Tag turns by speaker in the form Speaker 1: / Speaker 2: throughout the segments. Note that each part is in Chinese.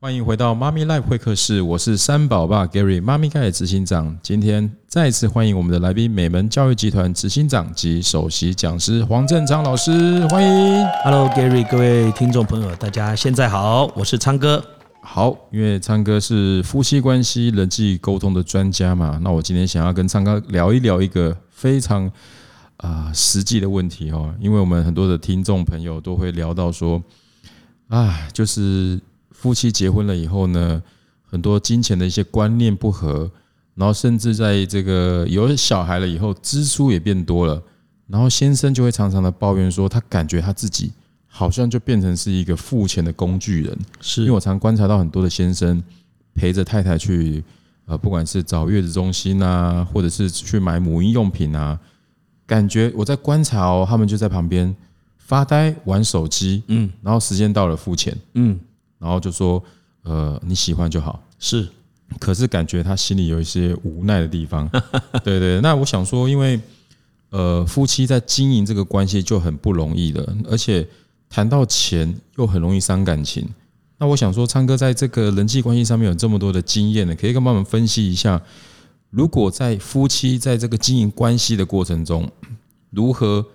Speaker 1: 欢迎回到妈咪 Live 会客室，我是三宝爸 Gary，妈咪盖的执行长。今天再次欢迎我们的来宾美门教育集团执行长及首席讲师黄振昌老师，欢迎。
Speaker 2: Hello Gary，各位听众朋友，大家现在好，我是昌哥。
Speaker 1: 好，因为昌哥是夫妻关系人呃际沟通的专家嘛，那我今天想要跟昌哥聊一聊一个非常啊、实际的问题哦，因为我们很多的听众朋友都会聊到说，啊，就是夫妻结婚了以后呢，很多金钱的一些观念不合，然后甚至在这个有小孩了以后，支出也变多了，然后先生就会常常的抱怨说，他感觉他自己好像就变成是一个付钱的工具人。因为
Speaker 2: 是
Speaker 1: 我常观察到很多的先生陪着太太去，呃，不管是找月子中心啊，或者是去买母婴用品啊，感觉我在观察哦，他们就在旁边发呆玩手机，
Speaker 2: 嗯
Speaker 1: 然后时间到了付钱，
Speaker 2: 嗯
Speaker 1: 然后就说，呃，你喜欢就好。
Speaker 2: 是
Speaker 1: 可是感觉他心里有一些无奈的地方。 对对，那我想说，因为呃，夫妻在经营这个关系就很不容易了，而且谈到钱又很容易伤感情。那我想说，昌哥在这个人际关系上面有这么多的经验呢，可以跟帮我们分析一下，如果在夫妻在这个经营关系的过程中，如何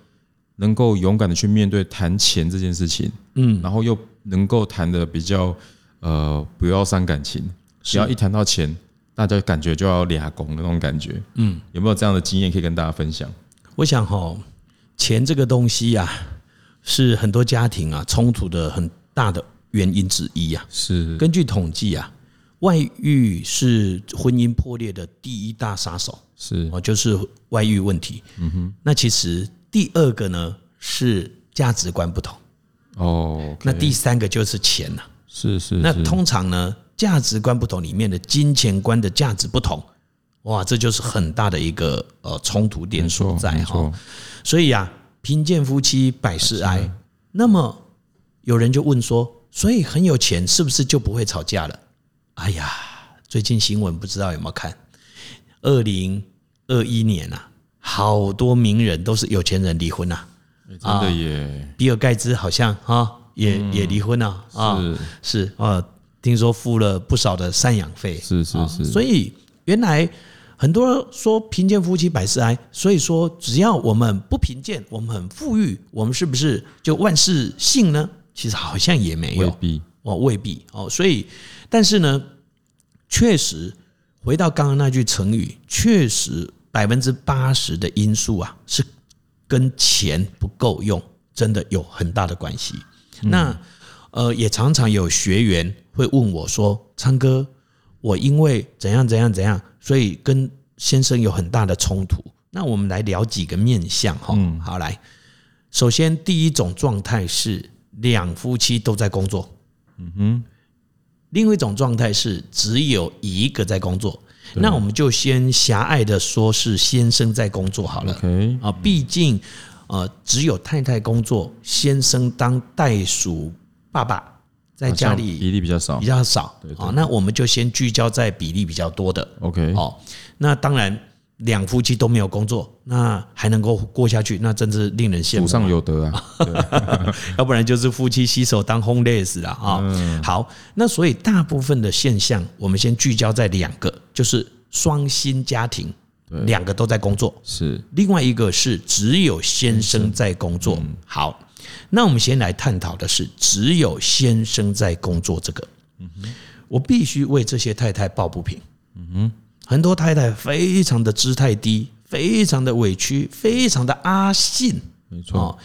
Speaker 1: 能够勇敢的去面对谈钱这件事情，嗯，然后又能够谈的比较呃不要伤感情，
Speaker 2: 啊
Speaker 1: 只要一谈到钱，大家感觉就要俩拱的那种感觉。嗯，有没有这样的经验可以跟大家分享？
Speaker 2: 我想哈、钱这个东西呀、是很多家庭啊冲突的很大的原因之一啊。
Speaker 1: 是
Speaker 2: 根据统计啊，外遇是婚姻破裂的第一大杀手
Speaker 1: 是
Speaker 2: 哦，就是外遇问题。嗯哼，那其实第二个呢是价值观不同，
Speaker 1: 哦，
Speaker 2: 那第三个就是钱啊了、
Speaker 1: 是是
Speaker 2: 那
Speaker 1: 嗯是
Speaker 2: 通常呢，价值观不同里面的金钱观的价值不同，哇，这就是很大的一个呃冲突点
Speaker 1: 没错
Speaker 2: 所在
Speaker 1: 没
Speaker 2: 哈。
Speaker 1: 错，
Speaker 2: 所以啊，贫贱夫妻百事哀。那么有人就问说，所以很有钱是不是就不会吵架了？哎呀，最近新闻不知道有没有看？二零二一年啊，好多名人都是有钱人离婚啊，
Speaker 1: 诶哎真的耶，
Speaker 2: 比尔盖茨好像啊也、也离婚了啊，
Speaker 1: 嗯是
Speaker 2: 是啊，听说付了不少的赡养费，啊
Speaker 1: 是是是，
Speaker 2: 所以原来很多说贫贱夫妻百事哀，所以说只要我们不贫贱，我们很富裕，我们是不是就万事兴呢？其实好像也没
Speaker 1: 未
Speaker 2: 有
Speaker 1: 必
Speaker 2: 哦，未必哦，所以但是呢，确实回到刚刚那句成语，确实百分之八十的因素啊是跟钱不够用真的有很大的关系。那呃，也常常有学员会问我说：“昌哥，我因为怎样怎样怎样，所以跟先生有很大的冲突。”那我们来聊几个面相哈。好，来，首先第一种状态是两夫妻都在工作，嗯哼。另外一种状态是只有一个在工作，那我们就先狭隘的说是先生在工作好了。
Speaker 1: ，OK，
Speaker 2: 啊，毕竟呃，只有太太工作，先生当代属爸爸，在
Speaker 1: 好
Speaker 2: 家
Speaker 1: 像
Speaker 2: 里
Speaker 1: 比例比较少
Speaker 2: 比较少
Speaker 1: 对对
Speaker 2: 啊。那我们就先聚焦在比例比较多的
Speaker 1: ，OK，
Speaker 2: 哦。那当然，两夫妻都没有工作，那还能够过下去，那真是令人羡
Speaker 1: 祖
Speaker 2: 慕。
Speaker 1: 上有德 啊，
Speaker 2: 要不然就是夫妻携手当 homeless 了啊。
Speaker 1: 嗯
Speaker 2: 好，那所以大部分的现象，我们先聚焦在两个，就是双薪家庭，两个都在工作。
Speaker 1: 是
Speaker 2: 另外一个是只有先生在工作。
Speaker 1: 嗯
Speaker 2: 好，那我们先来探讨的是只有先生在工作这个，
Speaker 1: 嗯
Speaker 2: 我必须为这些太太抱不平。很多太太非常的姿态低，非常的委屈，非常的阿信
Speaker 1: 没错，
Speaker 2: 哦，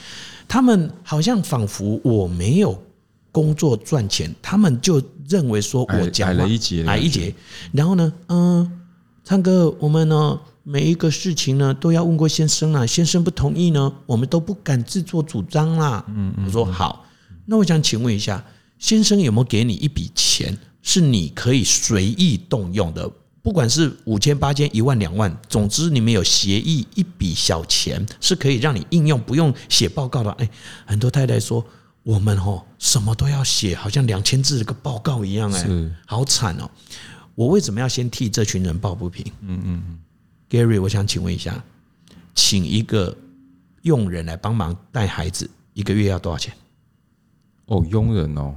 Speaker 2: 他们好像仿佛我没有工作赚钱，他们就认为说
Speaker 1: 矮
Speaker 2: 我讲
Speaker 1: 矮
Speaker 2: 话
Speaker 1: 了一截的
Speaker 2: 矮
Speaker 1: 感
Speaker 2: 一截。然后呢，嗯，唱歌我们呢每一个事情呢都要问过先生啦，先生不同意呢，我们都不敢自作主张啦。嗯我说好，那我想请问一下，先生有没有给你一笔钱，是你可以随意动用的？不管是五千、八千、一万、两万，总之你们有协议，一笔小钱是可以让你应用，不用写报告的。哎，很多太太说我们哦什么都要写，好像两千字的个报告一样，哎
Speaker 1: 是，
Speaker 2: 好惨哦。我为什么要先替这群人抱不平？嗯嗯嗯，Gary，我想请问一下，请一个佣人来帮忙带孩子，一个月要多少钱？
Speaker 1: 哦，佣人哦，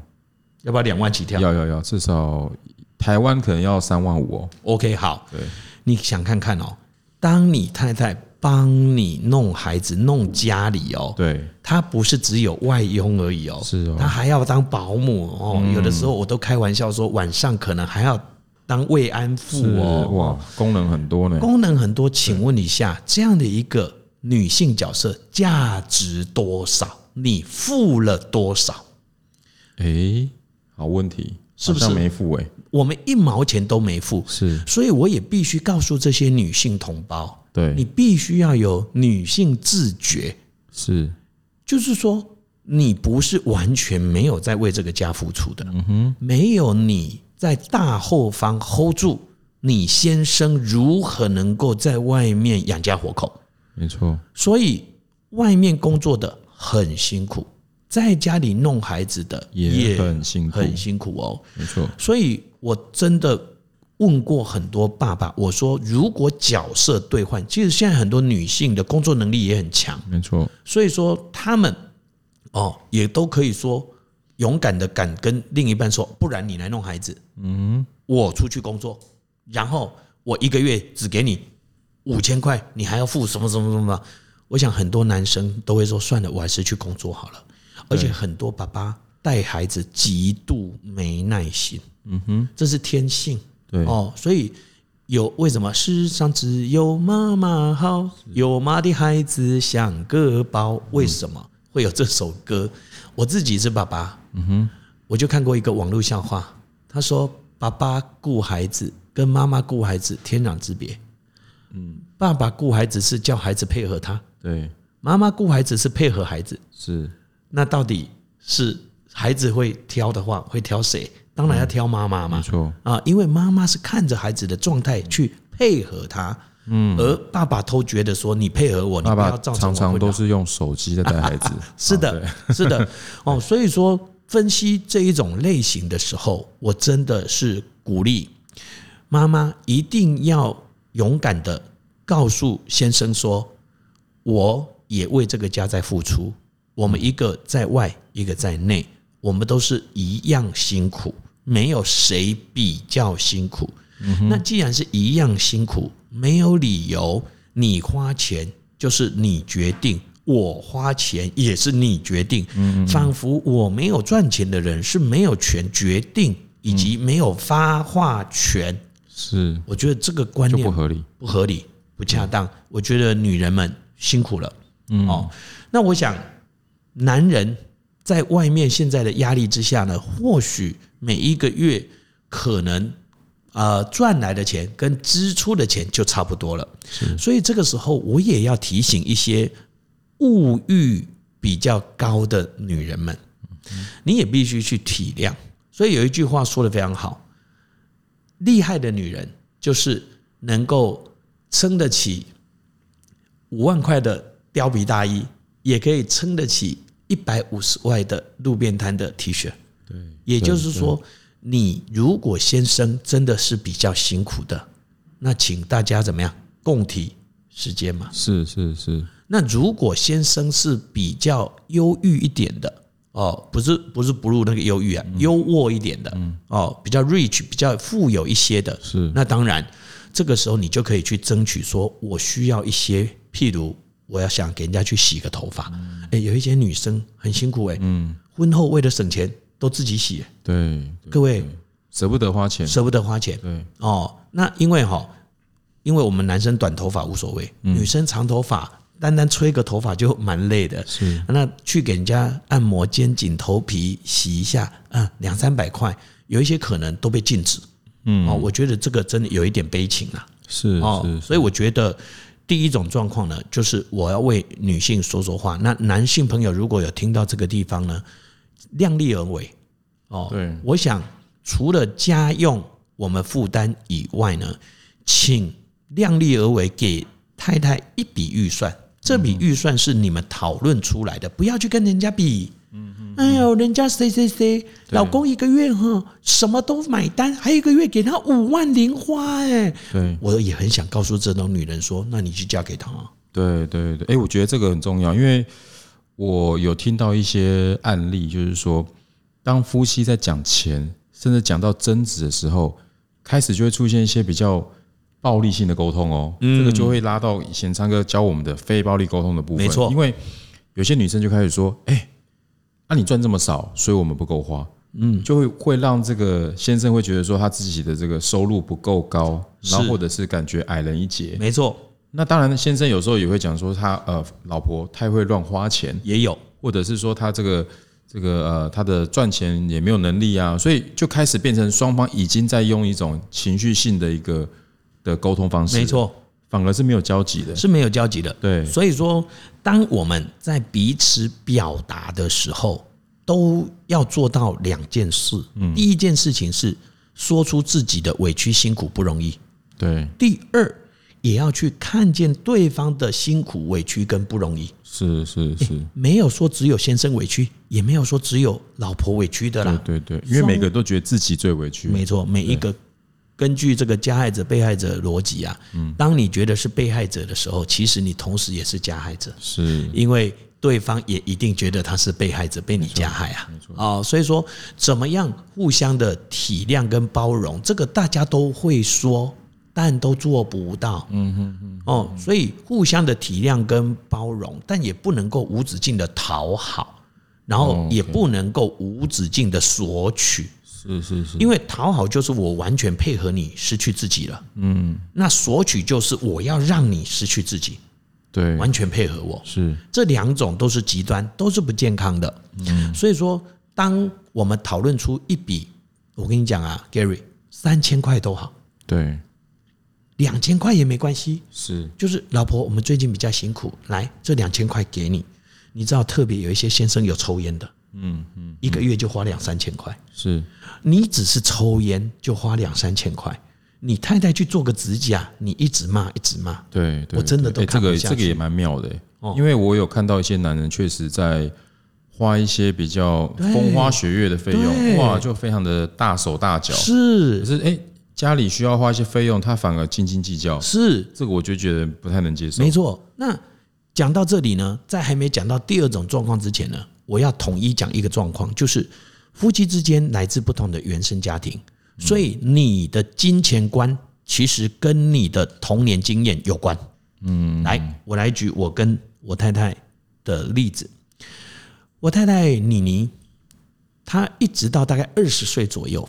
Speaker 2: 要不要两万起跳
Speaker 1: 要要要，至少台湾可能要三万五哦。
Speaker 2: ？OK，好，
Speaker 1: 对，
Speaker 2: 你想看看哦，当你太太帮你弄孩子、弄家里哦，
Speaker 1: 对，
Speaker 2: 她不是只有外佣而已哦，
Speaker 1: 是哦嗯
Speaker 2: 她还要当保姆哦。有的时候我都开玩笑说，晚上可能还要当慰安妇
Speaker 1: 是
Speaker 2: 哦。
Speaker 1: 哇，功能很多呢。
Speaker 2: 功能很多，请问一下，这样的一个女性角色价值多少？你付了多少？
Speaker 1: 诶，好问题，
Speaker 2: 是不是
Speaker 1: 好像没付诶，
Speaker 2: 我们一毛钱都没付，
Speaker 1: 是，
Speaker 2: 所以我也必须告诉这些女性同胞，你
Speaker 1: 对，
Speaker 2: 必须要有女性自觉，
Speaker 1: 是，
Speaker 2: 就是说你不是完全没有在为这个家付出的，
Speaker 1: 嗯
Speaker 2: 没有你在大后方 hold 住，你先生如何能够在外面养家活口？
Speaker 1: 没错，
Speaker 2: 所以外面工作的很辛苦，在家里弄孩子的
Speaker 1: 也很辛苦，
Speaker 2: 很辛苦哦。
Speaker 1: 没错，
Speaker 2: 所以我真的问过很多爸爸，我说如果角色兑换，其实现在很多女性的工作能力也很强，
Speaker 1: 没错，
Speaker 2: 所以说他们哦也都可以说勇敢的敢跟另一半说，不然你来弄孩子，
Speaker 1: 嗯，
Speaker 2: 我出去工作，然后我一个月只给你五千块，你还要付什么什么什么？我想很多男生都会说，算了，我还是去工作好了。而且很多爸爸带孩子极度没耐心，嗯哼，这是天性
Speaker 1: 对，
Speaker 2: 哦。所以有为什么世上只有妈妈好，有妈的孩子像个宝？为什么会有这首歌？我自己是爸爸，我就看过一个网络笑话，他说爸爸顾孩子跟妈妈顾孩子天壤之别。嗯，爸爸顾孩子是叫孩子配合他，
Speaker 1: 对，
Speaker 2: 妈妈顾孩子是配合孩子。
Speaker 1: 是，
Speaker 2: 那到底是孩子会挑的话，会挑谁？当然要挑妈妈嘛
Speaker 1: 没。错，
Speaker 2: 啊，因为妈妈是看着孩子的状态去配合他。嗯，而爸爸都觉得说你配合我，你
Speaker 1: 爸
Speaker 2: 不
Speaker 1: 爸
Speaker 2: 要造成
Speaker 1: 常
Speaker 2: 我
Speaker 1: 常
Speaker 2: 困扰
Speaker 1: 都是用手机在带孩子，
Speaker 2: 是
Speaker 1: 啊
Speaker 2: 的
Speaker 1: 对，
Speaker 2: 是的，哦，所以说分析这一种类型的时候，我真的是鼓励妈妈一定要勇敢的告诉先生说，我也为这个家在付出，我们一个在外，一个在内，我们都是一样辛苦，没有谁比较辛苦。那既然是一样辛苦，没有理由你花钱就是你决定，我花钱也是你决定，仿佛我没有赚钱的人是没有权决定以及没有发话权。
Speaker 1: 是
Speaker 2: 我觉得这个观
Speaker 1: 就
Speaker 2: 念
Speaker 1: 不合理，
Speaker 2: 不合理、不恰当。我觉得女人们辛苦了，哦，那我想男人在外面现在的压力之下呢，或许每一个月可能。呃，赚来的钱跟支出的钱就差不多了，所以这个时候我也要提醒一些物欲比较高的女人们，你也必须去体谅。所以有一句话说的非常好，厉害的女人就是能够撑得起五万块的貂皮大衣，也可以撑得起一百五十块的路边摊的 T 恤。
Speaker 1: 对，
Speaker 2: 也就是说，你如果先生真的是比较辛苦的，那请大家怎么样共体时间嘛？
Speaker 1: 是是是，
Speaker 2: 那如果先生是比较忧郁一点的哦，不是不是 blue 那个忧郁啊，优渥一点的哦，比较 rich 比较富有一些的，
Speaker 1: 是
Speaker 2: 那当然这个时候你就可以去争取说，我需要一些，譬如我要想给人家去洗个头发，诶，有一些女生很辛苦诶，婚后为了省钱都自己洗，
Speaker 1: 嗯对，
Speaker 2: 各位
Speaker 1: 舍不得花钱，
Speaker 2: 舍不得花钱，
Speaker 1: 对，
Speaker 2: 哦，那因为哈、因为我们男生短头发无所谓，
Speaker 1: 嗯
Speaker 2: 女生长头发，单单吹个头发就蛮累的。
Speaker 1: 是
Speaker 2: 那去给人家按摩肩颈、头皮洗一下，啊，两三百块，有一些可能都被禁止。嗯，哦，我觉得这个真的有一点悲情啊。
Speaker 1: 是
Speaker 2: 哦，
Speaker 1: 是，
Speaker 2: 所以我觉得第一种状况呢，就是我要为女性说说话。那男性朋友如果有听到这个地方呢，量力而为。哦，
Speaker 1: 对
Speaker 2: 我想除了家用我们负担以外呢，请量力而为，给太太一笔预算。这笔预算是你们讨论出来的，不要去跟人家比。
Speaker 1: 嗯
Speaker 2: 哎呦，人家谁谁谁，老公一个月哈什么都买单，还有一个月给他五万零花哎、
Speaker 1: 对
Speaker 2: 我也很想告诉这种女人说，那你去嫁给他啊。
Speaker 1: 对对对，哎，我觉得这个很重要，因为我有听到一些案例，就是说当夫妻在讲钱，甚至讲到争执的时候，开始就会出现一些比较暴力性的沟通哦。
Speaker 2: 嗯
Speaker 1: 这个就会拉到以前昌哥教我们的非暴力沟通的部分。
Speaker 2: 没错
Speaker 1: 因为有些女生就开始说：“哎、那、你赚这么少，所以我们不够花。”嗯，就会会让这个先生会觉得说他自己的这个收入不够高，然后
Speaker 2: 是
Speaker 1: 或者是感觉矮人一截。
Speaker 2: 没错，
Speaker 1: 那当然，先生有时候也会讲说他呃老婆太会乱花钱，
Speaker 2: 也有
Speaker 1: 或者是说他这个这个呃他的赚钱也没有能力啊，所以就开始变成双方已经在用一种情绪性的一个的沟通方式，
Speaker 2: 没，错
Speaker 1: 反而是没有交集的，
Speaker 2: 是没有交集的。
Speaker 1: 对，
Speaker 2: 所以说，当我们在彼此表达的时候，都要做到两件事。第一件事情是说出自己的委屈、辛苦不容易；
Speaker 1: 对，
Speaker 2: 第二，也要去看见对方的辛苦、委屈跟不容易。
Speaker 1: 是是是，
Speaker 2: 没有说只有先生委屈，也没有说只有老婆委屈的啦。
Speaker 1: 对对对，因为每个都觉得自己最委屈，
Speaker 2: 嗯没错，每一个根据这个加害者、被害者的逻辑啊，当你觉得是被害者的时候，其实你同时也是加害者，
Speaker 1: 是
Speaker 2: 因为对方也一定觉得他是被害者，被你加害啊。哦，所以说怎么样互相的体谅跟包容，这个大家都会说，但都做不到。嗯哼哼。哦，所以互相的体谅跟包容，但也不能够无止境的讨好。然后也不能够无止境的索取，
Speaker 1: 是是是，
Speaker 2: 因为讨好就是我完全配合你，失去自己了。嗯，那索取就是我要让你失去自己，
Speaker 1: 对，
Speaker 2: 完全配合我。
Speaker 1: 是
Speaker 2: 这两种都是极端，都是不健康的。嗯，所以说，当我们讨论出一笔，我跟你讲啊，Gary，三千块都好，
Speaker 1: 对
Speaker 2: 两千块也没关系。
Speaker 1: 是，
Speaker 2: 就是老婆，我们最近比较辛苦，来这两千块给你。你知道，特别有一些先生有抽烟的，
Speaker 1: 嗯嗯
Speaker 2: 一个月就花两三千块。
Speaker 1: 是
Speaker 2: 你只是抽烟就花两三千块，你太太去做个指甲，你一直骂一直骂，
Speaker 1: 对，对
Speaker 2: 我真的
Speaker 1: 对欸这
Speaker 2: 都看不
Speaker 1: 个
Speaker 2: 下
Speaker 1: 这个
Speaker 2: 去哦
Speaker 1: 也蛮妙的欸、因为我有看到一些男人确实在花一些比较风花雪月的费用，
Speaker 2: 对
Speaker 1: 哇，就非常的大手大脚。可
Speaker 2: 是
Speaker 1: 是哎、欸家里需要花一些费用，他反而斤斤计较，
Speaker 2: 是，
Speaker 1: 这个我就觉得不太能接受
Speaker 2: 没。错。那讲到这里呢，在还没讲到第二种状况之前呢，我要统一讲一个状况，就是夫妻之间来自不同的原生家庭，所以你的金钱观其实跟你的童年经验有关。嗯，来，我来举我跟我太太的例子。我太太妮妮，她一直到大概二十岁左右，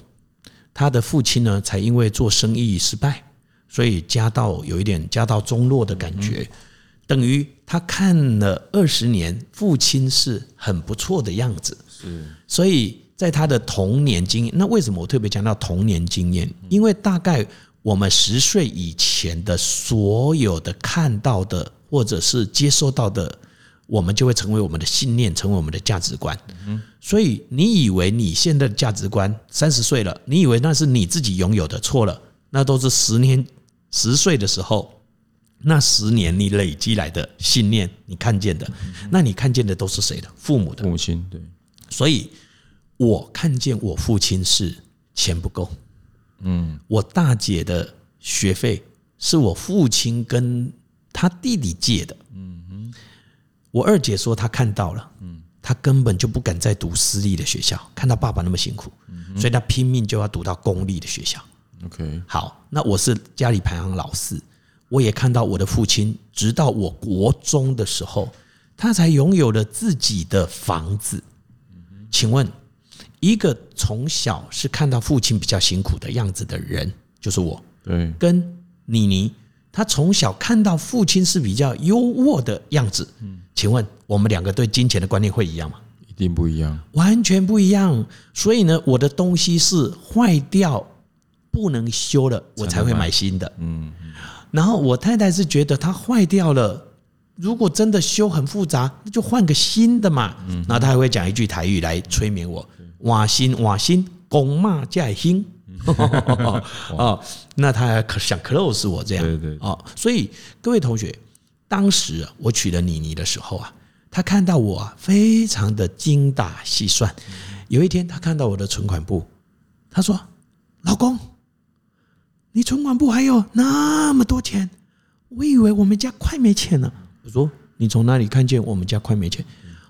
Speaker 2: 她的父亲呢才因为做生意失败，所以家道有一点家道中落的感觉，等于她看了二十年父亲是很不错的样子，
Speaker 1: 是
Speaker 2: 所以在她的童年经验，那为什么我特别强调童年经验？因为大概我们十岁以前的所有的看到的或者是接收到的，我们就会成为我们的信念，成为我们的价值观。所以你以为你现在的价值观三十岁了，你以为那是你自己拥有的，错了，那都是十年十岁的时候。那十年你累积来的信念，你看见的，那你看见的都是谁的？父母的。
Speaker 1: 父母亲对，
Speaker 2: 所以我看见我父亲是钱不够，嗯，我大姐的学费是我父亲跟他弟弟借的，嗯我二姐说她看到了，嗯，她根本就不敢再读私立的学校，看到爸爸那么辛苦，所以她拼命就要读到公立的学校。
Speaker 1: ，OK，
Speaker 2: 好，那我是家里排行老四，我也看到我的父亲，直到我国中的时候，他才拥有了自己的房子。请问，一个从小是看到父亲比较辛苦的样子的人，就是我，
Speaker 1: 对
Speaker 2: 跟妮妮，她从小看到父亲是比较优渥的样子。请问我们两个对金钱的观念会一样吗？
Speaker 1: 一定不一样，
Speaker 2: 完全不一样。所以呢，我的东西是坏掉不能修了，我才会买新的。
Speaker 1: 嗯，
Speaker 2: 然后我太太是觉得它坏掉了。如果真的修很复杂，那就换个新的嘛。
Speaker 1: 嗯
Speaker 2: 然后她还会讲一句台语来催眠我：“瓦新瓦新，公骂在 兴。”哦，那他还想 close 我这样，
Speaker 1: 对对
Speaker 2: 哦，所以各位同学，当时啊我娶了妮妮的时候啊，她看到我啊，非常的精打细算。有一天，她看到我的存款簿，她说：“老公，你存款簿还有那么多钱，我以为我们家快嗯没钱了。”我说：“你从哪里看见我们家快没钱？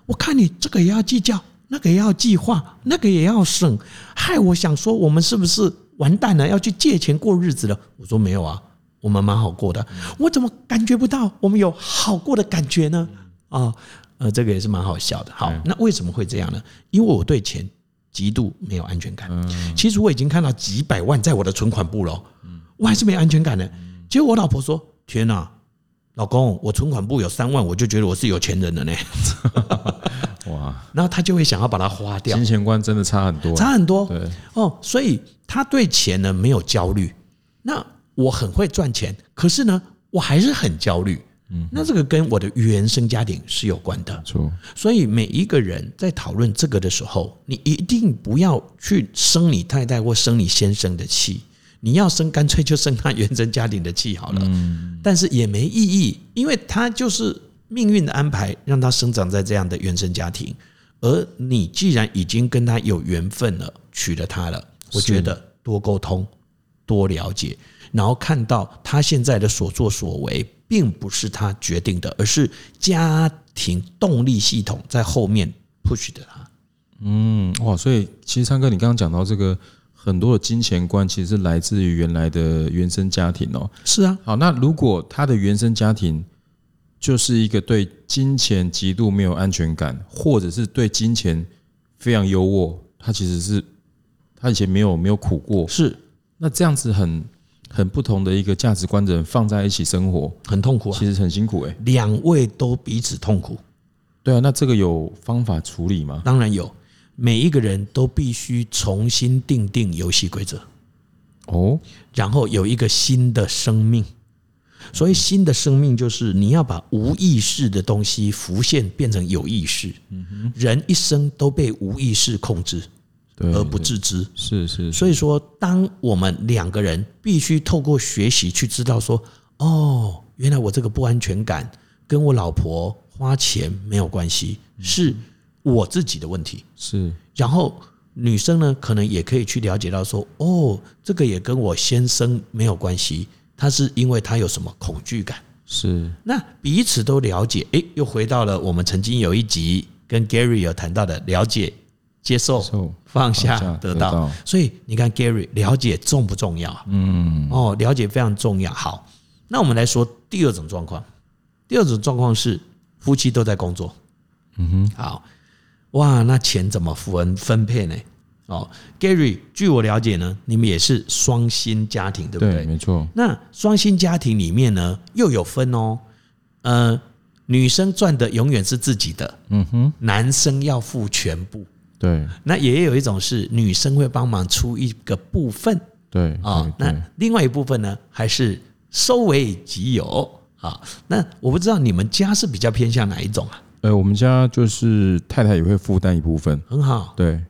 Speaker 2: 我看你这个也要计较，那个也要计划，那个也要省，害我想说我们是不是完蛋了，要去借钱过日子了？我说没有啊，我们蛮好过的，我怎么感觉不到我们有好过的感觉呢？啊、呃，这个也是蛮好笑的。好，那为什么会这样呢？因为我对钱极度没有安全感。其实我已经看到几百万在我的存款簿了哦，我还是没有安全感呢。结果我老婆说：“天哪、老公，我存款簿有三万，我就觉得我是有钱人了呢。
Speaker 1: 嗯哇，”
Speaker 2: 然后她就会想要把它花掉，
Speaker 1: 金钱观真的差很多，啊
Speaker 2: 差很多。
Speaker 1: 对，
Speaker 2: 哦，所以他对钱呢没有焦虑。那我很会赚钱，可是呢，我还是很焦虑。嗯，那这个跟我的原生家庭是有关的。
Speaker 1: 错，
Speaker 2: 所以每一个人在讨论这个的时候，你一定不要去生你太太或生你先生的气，你要生干脆就生他原生家庭的气好了。但是也没意义，因为他就是命运的安排，让他生长在这样的原生家庭。而你既然已经跟他有缘分了，娶了她了，我觉得多沟通，多了解，然后看到他现在的所作所为，并不是他决定的，而是家庭动力系统在后面 push 的他。
Speaker 1: 嗯，哇，所以其实昌哥，你刚刚讲到这个很多的金钱观，其实是来自于原来的原生家庭哦。
Speaker 2: 是啊，
Speaker 1: 好，那如果他的原生家庭就是一个对金钱极度没有安全感，或者是对金钱非常优渥，他其实是他以前没有没有苦过，
Speaker 2: 是
Speaker 1: 那这样子很很不同的一个价值观的人放在一起生活，
Speaker 2: 很痛苦啊，
Speaker 1: 其实很辛苦哎、
Speaker 2: 两位都彼此痛苦。
Speaker 1: 对啊，那这个有方法处理吗？
Speaker 2: 当然有，每一个人都必须重新定定游戏规则，
Speaker 1: 哦，
Speaker 2: 然后有一个新的生命。所以，新的生命就是你要把无意识的东西浮现变成有意识。人一生都被无意识控制
Speaker 1: 对，
Speaker 2: 而不自知。
Speaker 1: 是是是，
Speaker 2: 所以说，当我们两个人必须透过学习去知道说，哦，原来我这个不安全感跟我老婆花钱没有关系，是我自己的问题。
Speaker 1: 是
Speaker 2: 然后女生呢，可能也可以去了解到说，哦，这个也跟我先生没有关系，他是因为他有什么恐惧感。
Speaker 1: 是，
Speaker 2: 那彼此都了解，诶，又回到了我们曾经有一集跟 Gary 有谈到的了解、接受、
Speaker 1: 受
Speaker 2: 放哦下
Speaker 1: 放下、
Speaker 2: 得
Speaker 1: 得
Speaker 2: 到
Speaker 1: 到。
Speaker 2: 所以你看 Gary 了解重不重要？
Speaker 1: 嗯，
Speaker 2: 哦，了解非常重要。好，那我们来说第二种状况。第二种状况是夫妻都在工作。嗯哼，好，哇，那钱怎么分分配呢？哦，Gary，据我了解呢，你们也是双薪家庭，对不对？
Speaker 1: 对，没错，
Speaker 2: 那双薪家庭里面呢，又有分哦。呃，女生赚的永远是自己的，
Speaker 1: 嗯哼，
Speaker 2: 男生要付全部。
Speaker 1: 对
Speaker 2: 那也有一种是女生会帮忙出一个部分，
Speaker 1: 对
Speaker 2: 啊、
Speaker 1: 对嗯对
Speaker 2: 那另外一部分呢，还是收为己有啊。那我不知道你们家是比较偏向哪一种啊？
Speaker 1: 呃，我们家就是太太也会负担一部分，
Speaker 2: 很好
Speaker 1: 对，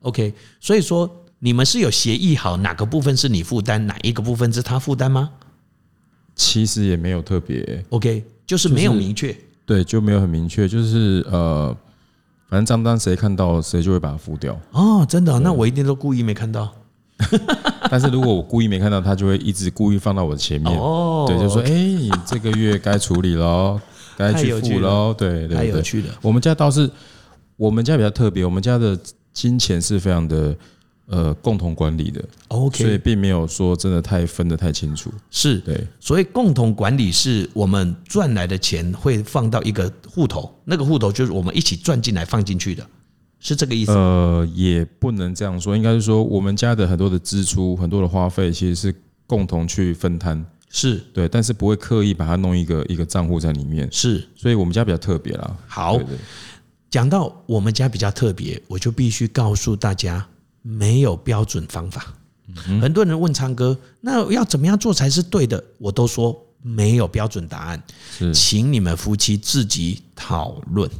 Speaker 2: ，OK。所以说你们是有协议好哪个部分是你负担，哪一个部分是他负担吗
Speaker 1: 其实也没有特别，
Speaker 2: ？OK，就是没有明确。
Speaker 1: 对，就没有很明确，就是呃，反正账单谁看到谁就会把它付掉，
Speaker 2: 哦，真的哦、那我一定都故意没看到。
Speaker 1: 但是如果我故意没看到，他就会一直故意放到我前面，
Speaker 2: 哦，
Speaker 1: 对，就说哎、你这个月该处理喽，该
Speaker 2: 太
Speaker 1: 去
Speaker 2: 有趣
Speaker 1: 付喽，对
Speaker 2: 太
Speaker 1: 对
Speaker 2: 有
Speaker 1: 对，
Speaker 2: 趣了。
Speaker 1: 我们家倒是，我们家比较特别，我们家的金钱是非常的呃共同管理的，所以
Speaker 2: OK，
Speaker 1: 并没有说真的太分得太清楚。
Speaker 2: 是，
Speaker 1: 对，
Speaker 2: 所以共同管理是我们赚来的钱会放到一个户头，那个户头就是我们一起赚进来放进去的，是这个意思吗。
Speaker 1: 呃，也不能这样说，应该是说我们家的很多的支出、很多的花费，其实是共同去分摊，
Speaker 2: 是
Speaker 1: 对，但是不会刻意把它弄一个一个账户在里面，
Speaker 2: 是，
Speaker 1: 所以我们家比较特别啦。
Speaker 2: 好
Speaker 1: 对，对
Speaker 2: 讲到我们家比较特别，我就必须告诉大家，没有标准方法。
Speaker 1: 嗯
Speaker 2: 很多人问昌哥，那要怎么样做才是对的？我都说没有标准答案，
Speaker 1: 是
Speaker 2: 请你们夫妻自己讨论，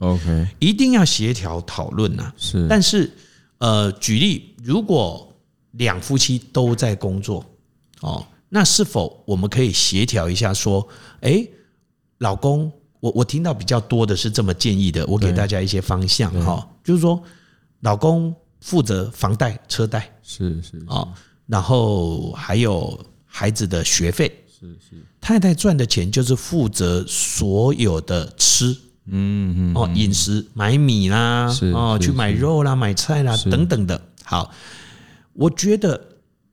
Speaker 1: OK，
Speaker 2: 一定要协调讨论啊呐、
Speaker 1: 是
Speaker 2: 但是，呃，举例，如果两夫妻都在工作，哦，那是否我们可以协调一下，说，诶，老公，我我听到比较多的是这么建议的，我给
Speaker 1: 对
Speaker 2: 大家一些方向哈、哦就是说，老公负责房贷、车贷
Speaker 1: 是是
Speaker 2: 啊、哦，然后还有孩子的学费，
Speaker 1: 是是，
Speaker 2: 太太赚的钱就是负责所有的吃嗯嗯哦，饮食买米啦
Speaker 1: 是，
Speaker 2: 哦，
Speaker 1: 是
Speaker 2: 去买肉啦、买菜啦等等的。好，我觉得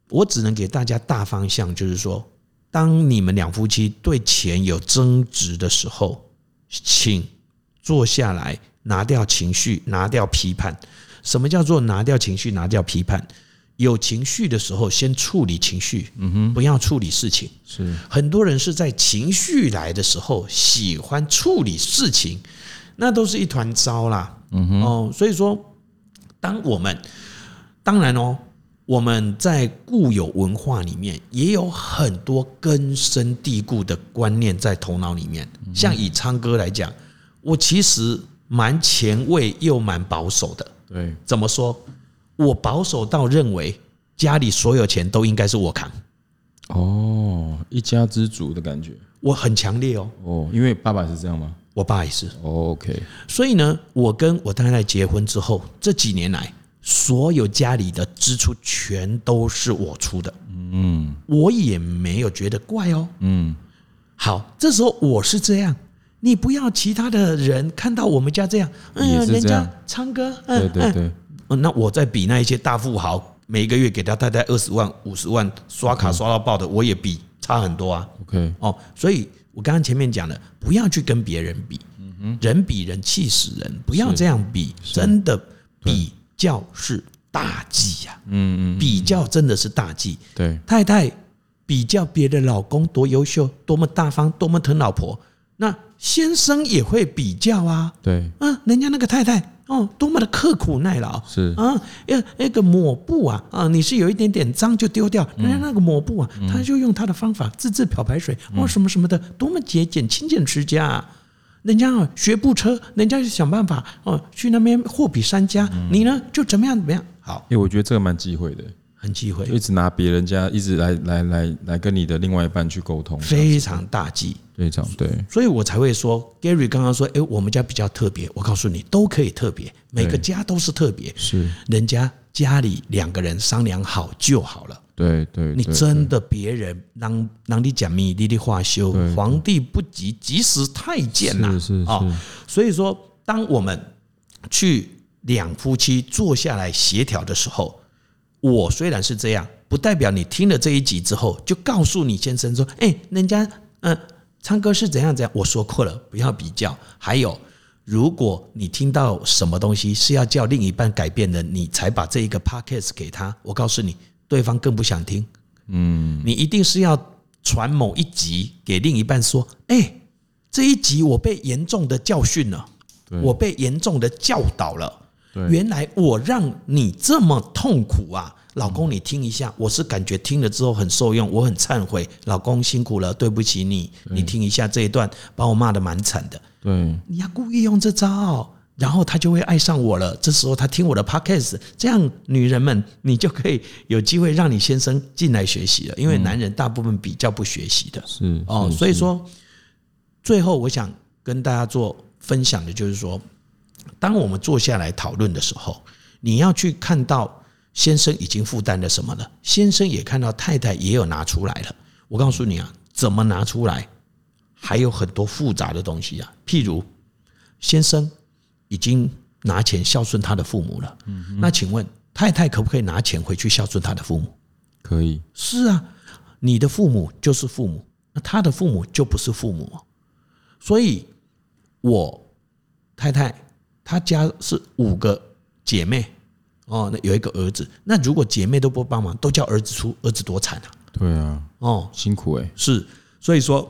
Speaker 2: 我只能给大家大方向，就是说，当你们两夫妻对钱有争执的时候，请坐下来，拿掉情绪，拿掉批判。什么叫做拿掉情绪，拿掉批判？有情绪的时候，先处理情绪，嗯哼，不要处理事情。
Speaker 1: 是
Speaker 2: 很多人是在情绪来的时候喜欢处理事情，那都是一团糟啦。嗯哼，哦，所以说，当我们当然哦，我们在固有文化里面也有很多根深蒂固的观念在头脑里面。像以昌哥来讲，我其实蛮前卫又蛮保守的。
Speaker 1: 对，
Speaker 2: 怎么说？我保守到认为家里所有钱都应该是我扛，
Speaker 1: 哦，一家之主的感觉
Speaker 2: 我很强烈哦。
Speaker 1: 哦，因为爸爸是这样吗、
Speaker 2: 我爸也是，
Speaker 1: 哦、？OK，
Speaker 2: 所以呢，我跟我太太结婚之后，这几年来，所有家里的支出全都是我出的，
Speaker 1: 嗯
Speaker 2: 我也没有觉得怪哦。
Speaker 1: 嗯，
Speaker 2: 好，这时候我是这样，你不要其他的人看到我们家这样，嗯，
Speaker 1: 也是
Speaker 2: 人
Speaker 1: 这样
Speaker 2: 家昌哥，
Speaker 1: 对
Speaker 2: 嗯
Speaker 1: 对对，
Speaker 2: 嗯，那我再比那一些大富豪，每个月给他太太二十万、五十万，刷
Speaker 1: 嗯
Speaker 2: 卡刷到爆的，我也比差很多啊。
Speaker 1: OK，
Speaker 2: 哦，所以我刚刚前面讲的，不要去跟别人比，人比人气死人，不要这样比，真的比较是大忌呀、
Speaker 1: 嗯嗯，
Speaker 2: 比较真的是大忌。
Speaker 1: 对，
Speaker 2: 太太比较别的老公多优秀，多么大方，多么疼老婆，那先生也会比较啊，
Speaker 1: 对，
Speaker 2: 啊，人家那个太太哦，多么的刻苦耐劳，
Speaker 1: 是，
Speaker 2: 啊，要那个抹布啊，啊，你是有一点点脏就丢掉，
Speaker 1: 嗯
Speaker 2: 人家那个抹布啊，他就用他的方法自制漂白水，
Speaker 1: 嗯
Speaker 2: 哦，什么什么的，多么节俭、勤俭持家啊！人家啊学步车，人家就想办法哦，去那边货比三家，
Speaker 1: 嗯
Speaker 2: 你呢就怎么样怎么样，好，
Speaker 1: 哎，我觉得这个蛮忌讳的，
Speaker 2: 很忌讳
Speaker 1: 就，一直拿别人家一直来来来来跟你的另外一半去沟通，
Speaker 2: 非常大忌，
Speaker 1: 对这样对，
Speaker 2: 所以我才会说，Gary 刚刚说，诶，我们家比较特别，我告诉你，都可以特别，每个
Speaker 1: 对
Speaker 2: 家都是特别，
Speaker 1: 是，
Speaker 2: 人家家里两个人商量好就好了。
Speaker 1: 对对，
Speaker 2: 你
Speaker 1: 对
Speaker 2: 真的别人让让你讲米，你的话修，皇帝不急，急死太监呐、
Speaker 1: 是是
Speaker 2: 啊、
Speaker 1: 是
Speaker 2: 所以说，当我们去两夫妻坐下来协调的时候，我虽然是这样，不代表你听了这一集之后就告诉你先生说，哎、人家嗯、呃，唱歌是怎样怎样，我说过了，不要比较。还有，如果你听到什么东西是要叫另一半改变的，你才把这一个 podcast 给他，我告诉你，对方更不想听。嗯，你一定是要传某一集给另一半说，哎、这一集我被严重的教训了，
Speaker 1: 对
Speaker 2: 我被严重的教导了。
Speaker 1: 对
Speaker 2: 原来我让你这么痛苦啊！老公，你听一下，我是感觉听了之后很受用，我很忏悔，老公辛苦了，对不起你。你听一下这一段，把我骂得蛮惨的。
Speaker 1: 对
Speaker 2: 你要故意用这招，然后他就会爱上我了。这时候他听我的 podcast，这样女人们，你就可以有机会让你先生进来学习了，
Speaker 1: 嗯
Speaker 2: 因为男人大部分比较不学习的。
Speaker 1: 是
Speaker 2: 哦，
Speaker 1: 嗯是
Speaker 2: 所以说，最后我想跟大家做分享的就是说，当我们坐下来讨论的时候，你要去看到先生已经负担了什么了，先生也看到太太也有拿出来了。我告诉你啊，怎么拿出来，还有很多复杂的东西啊，譬如先生已经拿钱孝顺他的父母了，那请问太太可不可以拿钱回去孝顺他的父母？
Speaker 1: 可以，
Speaker 2: 是啊，你的父母就是父母，那他的父母就不是父母。所以，我太太她家是五个姐妹，哦，那有一个儿子。那如果姐妹都不帮忙，都叫儿子出，儿子多惨啊！
Speaker 1: 对啊，
Speaker 2: 哦，
Speaker 1: 辛苦哎，
Speaker 2: 是，所以说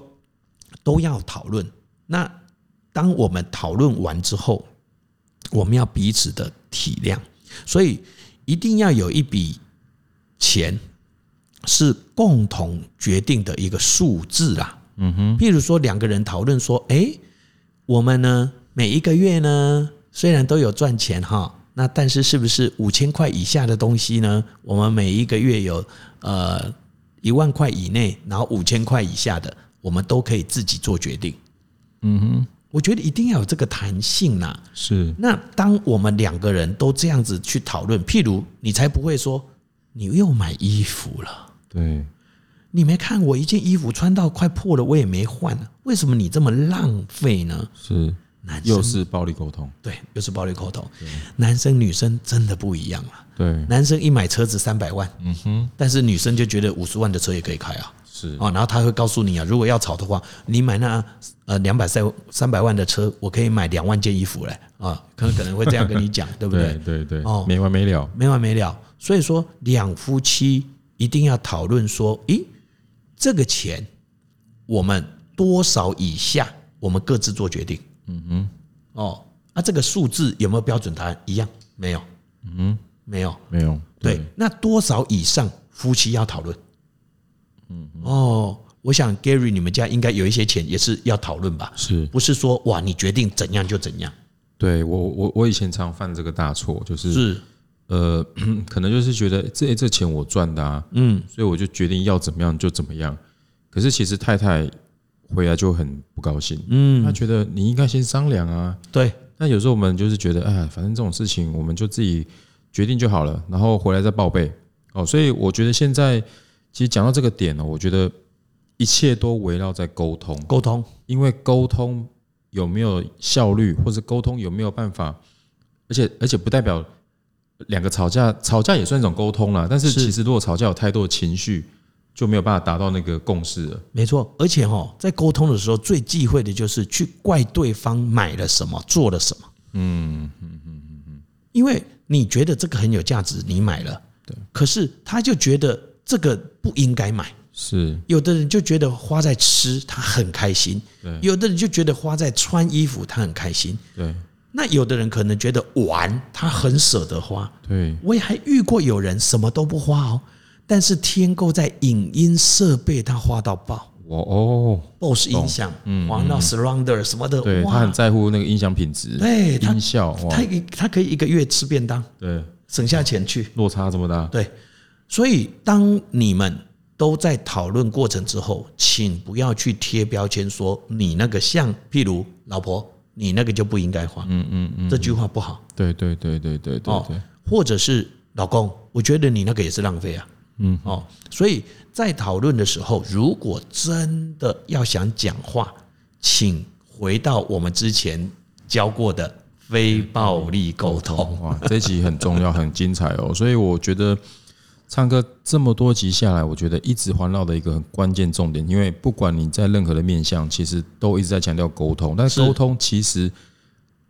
Speaker 2: 都要讨论。那当我们讨论完之后，我们要彼此的体谅，所以一定要有一笔钱是共同决定的一个数字啦。嗯哼，譬如说两个人讨论说，诶，我们呢每一个月呢虽然都有赚钱哈，那但是是不是五千块以下的东西呢？我们每一个月有呃一万块以内，然后五千块以下的，我们都可以自己做决定。
Speaker 1: 嗯哼，
Speaker 2: 我觉得一定要有这个弹性啦、
Speaker 1: 是
Speaker 2: 那当我们两个人都这样子去讨论，譬如你才不会说你又买衣服了，
Speaker 1: 对，
Speaker 2: 你没看我一件衣服穿到快破了，我也没换，为什么你这么浪费呢？
Speaker 1: 是
Speaker 2: 男生
Speaker 1: 又是暴力沟通，
Speaker 2: 对，又是暴力沟通，男生女生真的不一样了。
Speaker 1: 对，
Speaker 2: 男生一买车子三百万，
Speaker 1: 嗯哼，
Speaker 2: 但是女生就觉得五十万的车也可以开啊。
Speaker 1: 是，
Speaker 2: 哦，然后他会告诉你啊，如果要吵的话，你买那呃两百三三百万的车，我可以买两万件衣服嘞啊，可能可能会这样跟你 讲，对不
Speaker 1: 对
Speaker 2: 对？
Speaker 1: 对对
Speaker 2: 哦，
Speaker 1: 没完没了，
Speaker 2: 没完没了。所以说，两夫妻一定要讨论说，咦，这个钱我们多少以下，我们各自做决定。嗯哼，哦，啊，这个数字有没有标准答案？一样没有。嗯没有。
Speaker 1: 没有，
Speaker 2: 对，那多少以上夫妻要讨论？嗯，哦，我想 Gary，你们家应该有一些钱也是要讨论吧？
Speaker 1: 是，
Speaker 2: 不是说哇，你决定怎样就怎样？
Speaker 1: 对我我我以前常犯这个大错，就是
Speaker 2: 是，
Speaker 1: 呃，可能就是觉得这这钱我赚的啊，
Speaker 2: 嗯，
Speaker 1: 所以我就决定要怎么样就怎么样。可是其实太太回来就很不高兴，嗯，她觉得你应该先商量啊。
Speaker 2: 对，
Speaker 1: 那有时候我们就是觉得，哎，反正这种事情我们就自己决定就好了，然后回来再报备哦。所以我觉得现在其实讲到这个点呢、我觉得一切都围绕在沟通，
Speaker 2: 沟通，
Speaker 1: 因为沟通有没有效率，或者沟通有没有办法，而且而且不代表两个吵架，吵架也算一种沟通啊啦。但是
Speaker 2: 是
Speaker 1: 其实如果吵架有太多的情绪，就没有办法达到那个共识了。
Speaker 2: 没错。而且哈、在沟通的时候，最忌讳的就是去怪对方买了什么，做了什么。嗯嗯嗯嗯嗯，因为你觉得这个很有价值，你买了，对，可是他就觉得这个不应该买。
Speaker 1: 是
Speaker 2: 有的人就觉得花在吃他很开心
Speaker 1: 对，
Speaker 2: 有的人就觉得花在穿衣服他很开心，
Speaker 1: 对
Speaker 2: 那有的人可能觉得玩他很舍得花。
Speaker 1: 对
Speaker 2: 我也还遇过有人什么都不花哦，但是添购在影音设备他花到爆
Speaker 1: 我哦，
Speaker 2: ，BOSS 音响，玩到 Surrounder 什么的，
Speaker 1: 嗯对他
Speaker 2: 哇
Speaker 1: 很，在乎那个音响品质，
Speaker 2: 对他
Speaker 1: 音效哇
Speaker 2: 他，一他可以一个月吃便当，
Speaker 1: 对
Speaker 2: 省下钱去。
Speaker 1: 落差这么大，
Speaker 2: 对，所以当你们都在讨论过程之后，请不要去贴标签说你那个像，譬如老婆，你那个就不应该花，
Speaker 1: 嗯嗯嗯，
Speaker 2: 这句话不好
Speaker 1: 对对对对对对
Speaker 2: 哦
Speaker 1: 对，
Speaker 2: 或者是老公，我觉得你那个也是浪费啊，嗯哦，所以在讨论的时候，如果真的要想讲话，请回到我们之前教过的非暴力沟通，
Speaker 1: 哇，这一集很重要，很精彩哦。所以我觉得唱歌这么多集下来，我觉得一直环绕的一个很关键重点，因为不管你在任何的面向，其实都一直在强调沟通。但是
Speaker 2: 是
Speaker 1: 沟通其实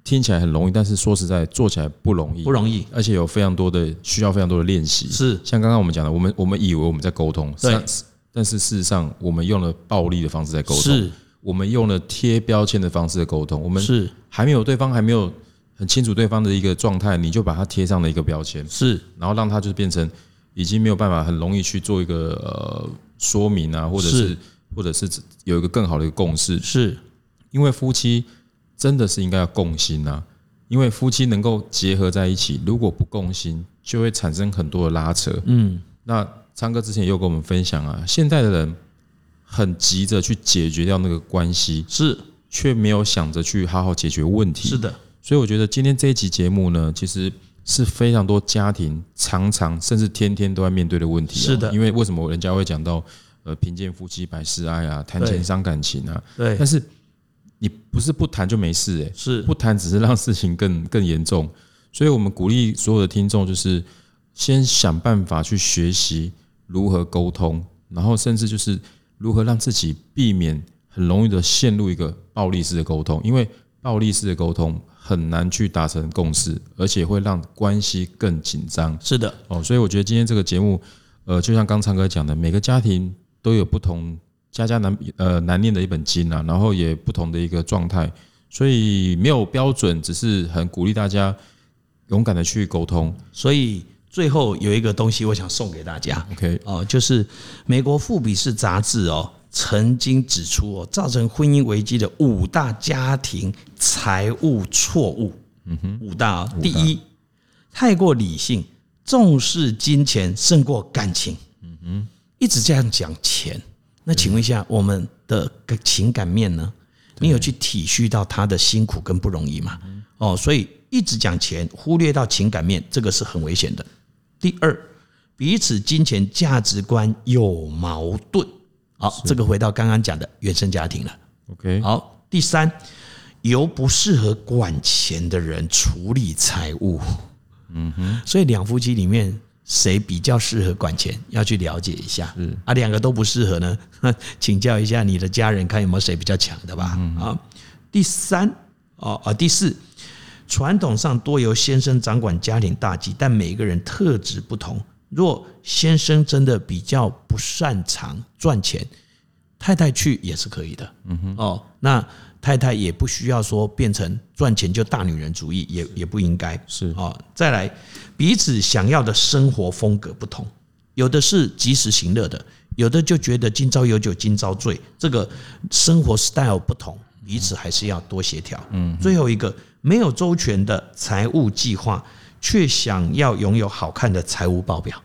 Speaker 1: 听起来很容易，但是说实在，做起来不容易，
Speaker 2: 不容易，
Speaker 1: 而且有非常多的需要，非常多的练习。
Speaker 2: 是
Speaker 1: 像刚刚我们讲的，我们我们以为我们在沟通，
Speaker 2: 对
Speaker 1: 但是但是事实上我们用了暴力的方式在沟通，
Speaker 2: 是
Speaker 1: 我们用了贴标签的方式在沟通，我们
Speaker 2: 是
Speaker 1: 还没有对方还没有很清楚对方的一个状态，你就把它贴上了一个标签，
Speaker 2: 是
Speaker 1: 然后让他就是变成已经没有办法很容易去做一个呃说明啊，或者
Speaker 2: 是
Speaker 1: 是或者是有一个更好的一个共识，
Speaker 2: 是
Speaker 1: 因为夫妻真的是应该要共心啊，因为夫妻能够结合在一起，如果不共心，就会产生很多的拉扯。
Speaker 2: 嗯
Speaker 1: 那昌哥之前也有跟我们分享啊，现代的人很急着去解决掉那个关系，
Speaker 2: 是
Speaker 1: 却没有想着去好好解决问题。
Speaker 2: 是的。
Speaker 1: 所以我觉得今天这一集节目呢，其实是非常多家庭常常甚至天天都在面对的问题、啊。
Speaker 2: 是的
Speaker 1: 因为为什么人家会讲到呃贫贱夫妻百事哀啊，谈
Speaker 2: 对
Speaker 1: 钱伤感情啊？
Speaker 2: 对
Speaker 1: 但，是你不是不谈就没事诶、
Speaker 2: 是
Speaker 1: 不谈只是让事情更更严重。所以我们鼓励所有的听众，就是先想办法去学习如何沟通，然后甚至就是如何让自己避免很容易的陷入一个暴力式的沟通，因为暴力式的沟通很难去达成共识，而且会让关系更紧张。
Speaker 2: 是的，
Speaker 1: 哦，所以我觉得今天这个节目，呃，就像刚昌哥讲的，每个家庭都有不同，家家难呃难念的一本经啊，然后也不同的一个状态，所以没有标准，只是很鼓励大家勇敢的去沟通。
Speaker 2: 所以最后有一个东西我想送给大家
Speaker 1: OK，
Speaker 2: 哦，就是美国《富比士》杂志哦曾经指出哦，造成婚姻危机的五大家庭财务错误，嗯哼，五大、哦，第一，太过理性，重视金钱胜过感情，嗯哼，一直这样讲钱，那请问一下我们的情感面呢？你有去体恤到他的辛苦跟不容易吗？哦，所以一直讲钱，忽略到情感面，这个是很危险的。第二，彼此金钱价值观有矛盾，好、这个回到刚刚讲的原生家庭了。
Speaker 1: OK，
Speaker 2: 好，第三，由不适合管钱的人处理财务。嗯哼，所以两夫妻里面谁比较适合管钱，要去了解一下。嗯，啊，两个都不适合呢， 请教一下你的家人，看有没有谁比较强的吧。啊，第三，哦啊，第四。传统上多由先生掌管家庭大计，但每个人特质不同。若先生真的比较不擅长赚钱，太太去也是可以的。嗯哼，哦，那太太也不需要说变成赚钱就大女人主义，也也不应该
Speaker 1: 是
Speaker 2: 哦。再来，彼此想要的生活风格不同，有的是及时行乐的，有的就觉得今朝有酒今朝醉，这个生活 style 不同，彼此还是要多协调。嗯，最后一个没有周全的财务计划，却想要拥有好看的财务报表。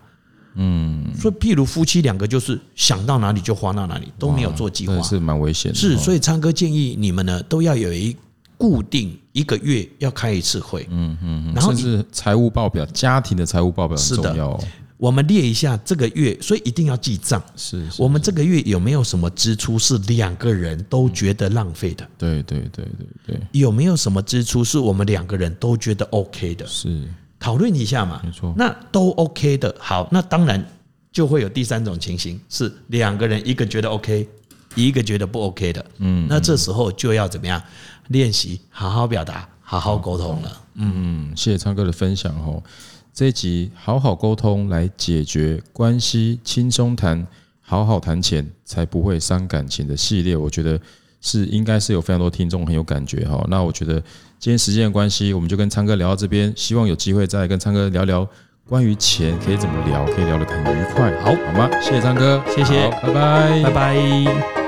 Speaker 2: 嗯，所以譬如夫妻两个就是想到哪里就花到哪里，都没有做计划
Speaker 1: 真的，是蛮危险的。
Speaker 2: 是，
Speaker 1: 哦
Speaker 2: 所以昌哥建议你们呢，都要有一固定一个月要开一次会。嗯嗯，然后
Speaker 1: 甚至财务报表，家庭的财务报表
Speaker 2: 是
Speaker 1: 很
Speaker 2: 的
Speaker 1: 重要哦。
Speaker 2: 我们列一下这个月，所以一定要记账。
Speaker 1: 是，是
Speaker 2: 我们这个月有没有什么支出是两个人都觉得浪费的？
Speaker 1: 对对对对对，
Speaker 2: 有没有什么支出是我们两个人都觉得 OK 的？
Speaker 1: 是
Speaker 2: 讨论一下嘛。
Speaker 1: 没错
Speaker 2: 那都 OK 的。好，那当然就会有第三种情形，是两个人一个觉得 OK，一个觉得不 OK 的。嗯，那这时候就要怎么样练习，好好表达，好好沟通了。
Speaker 1: 嗯，谢谢昌哥的分享哦。这一集好好沟通来解决关系，轻松谈，好好谈钱，才不会伤感情的系列，我觉得是应该是有非常多听众很有感觉哈、那我觉得今天时间的关系，我们就跟昌哥聊到这边，希望有机会再跟昌哥聊聊关于钱可以怎么聊，可以聊得很愉快，
Speaker 2: 好
Speaker 1: 好吗？谢谢昌哥，
Speaker 2: 谢谢
Speaker 1: 好拜拜，
Speaker 2: 拜拜。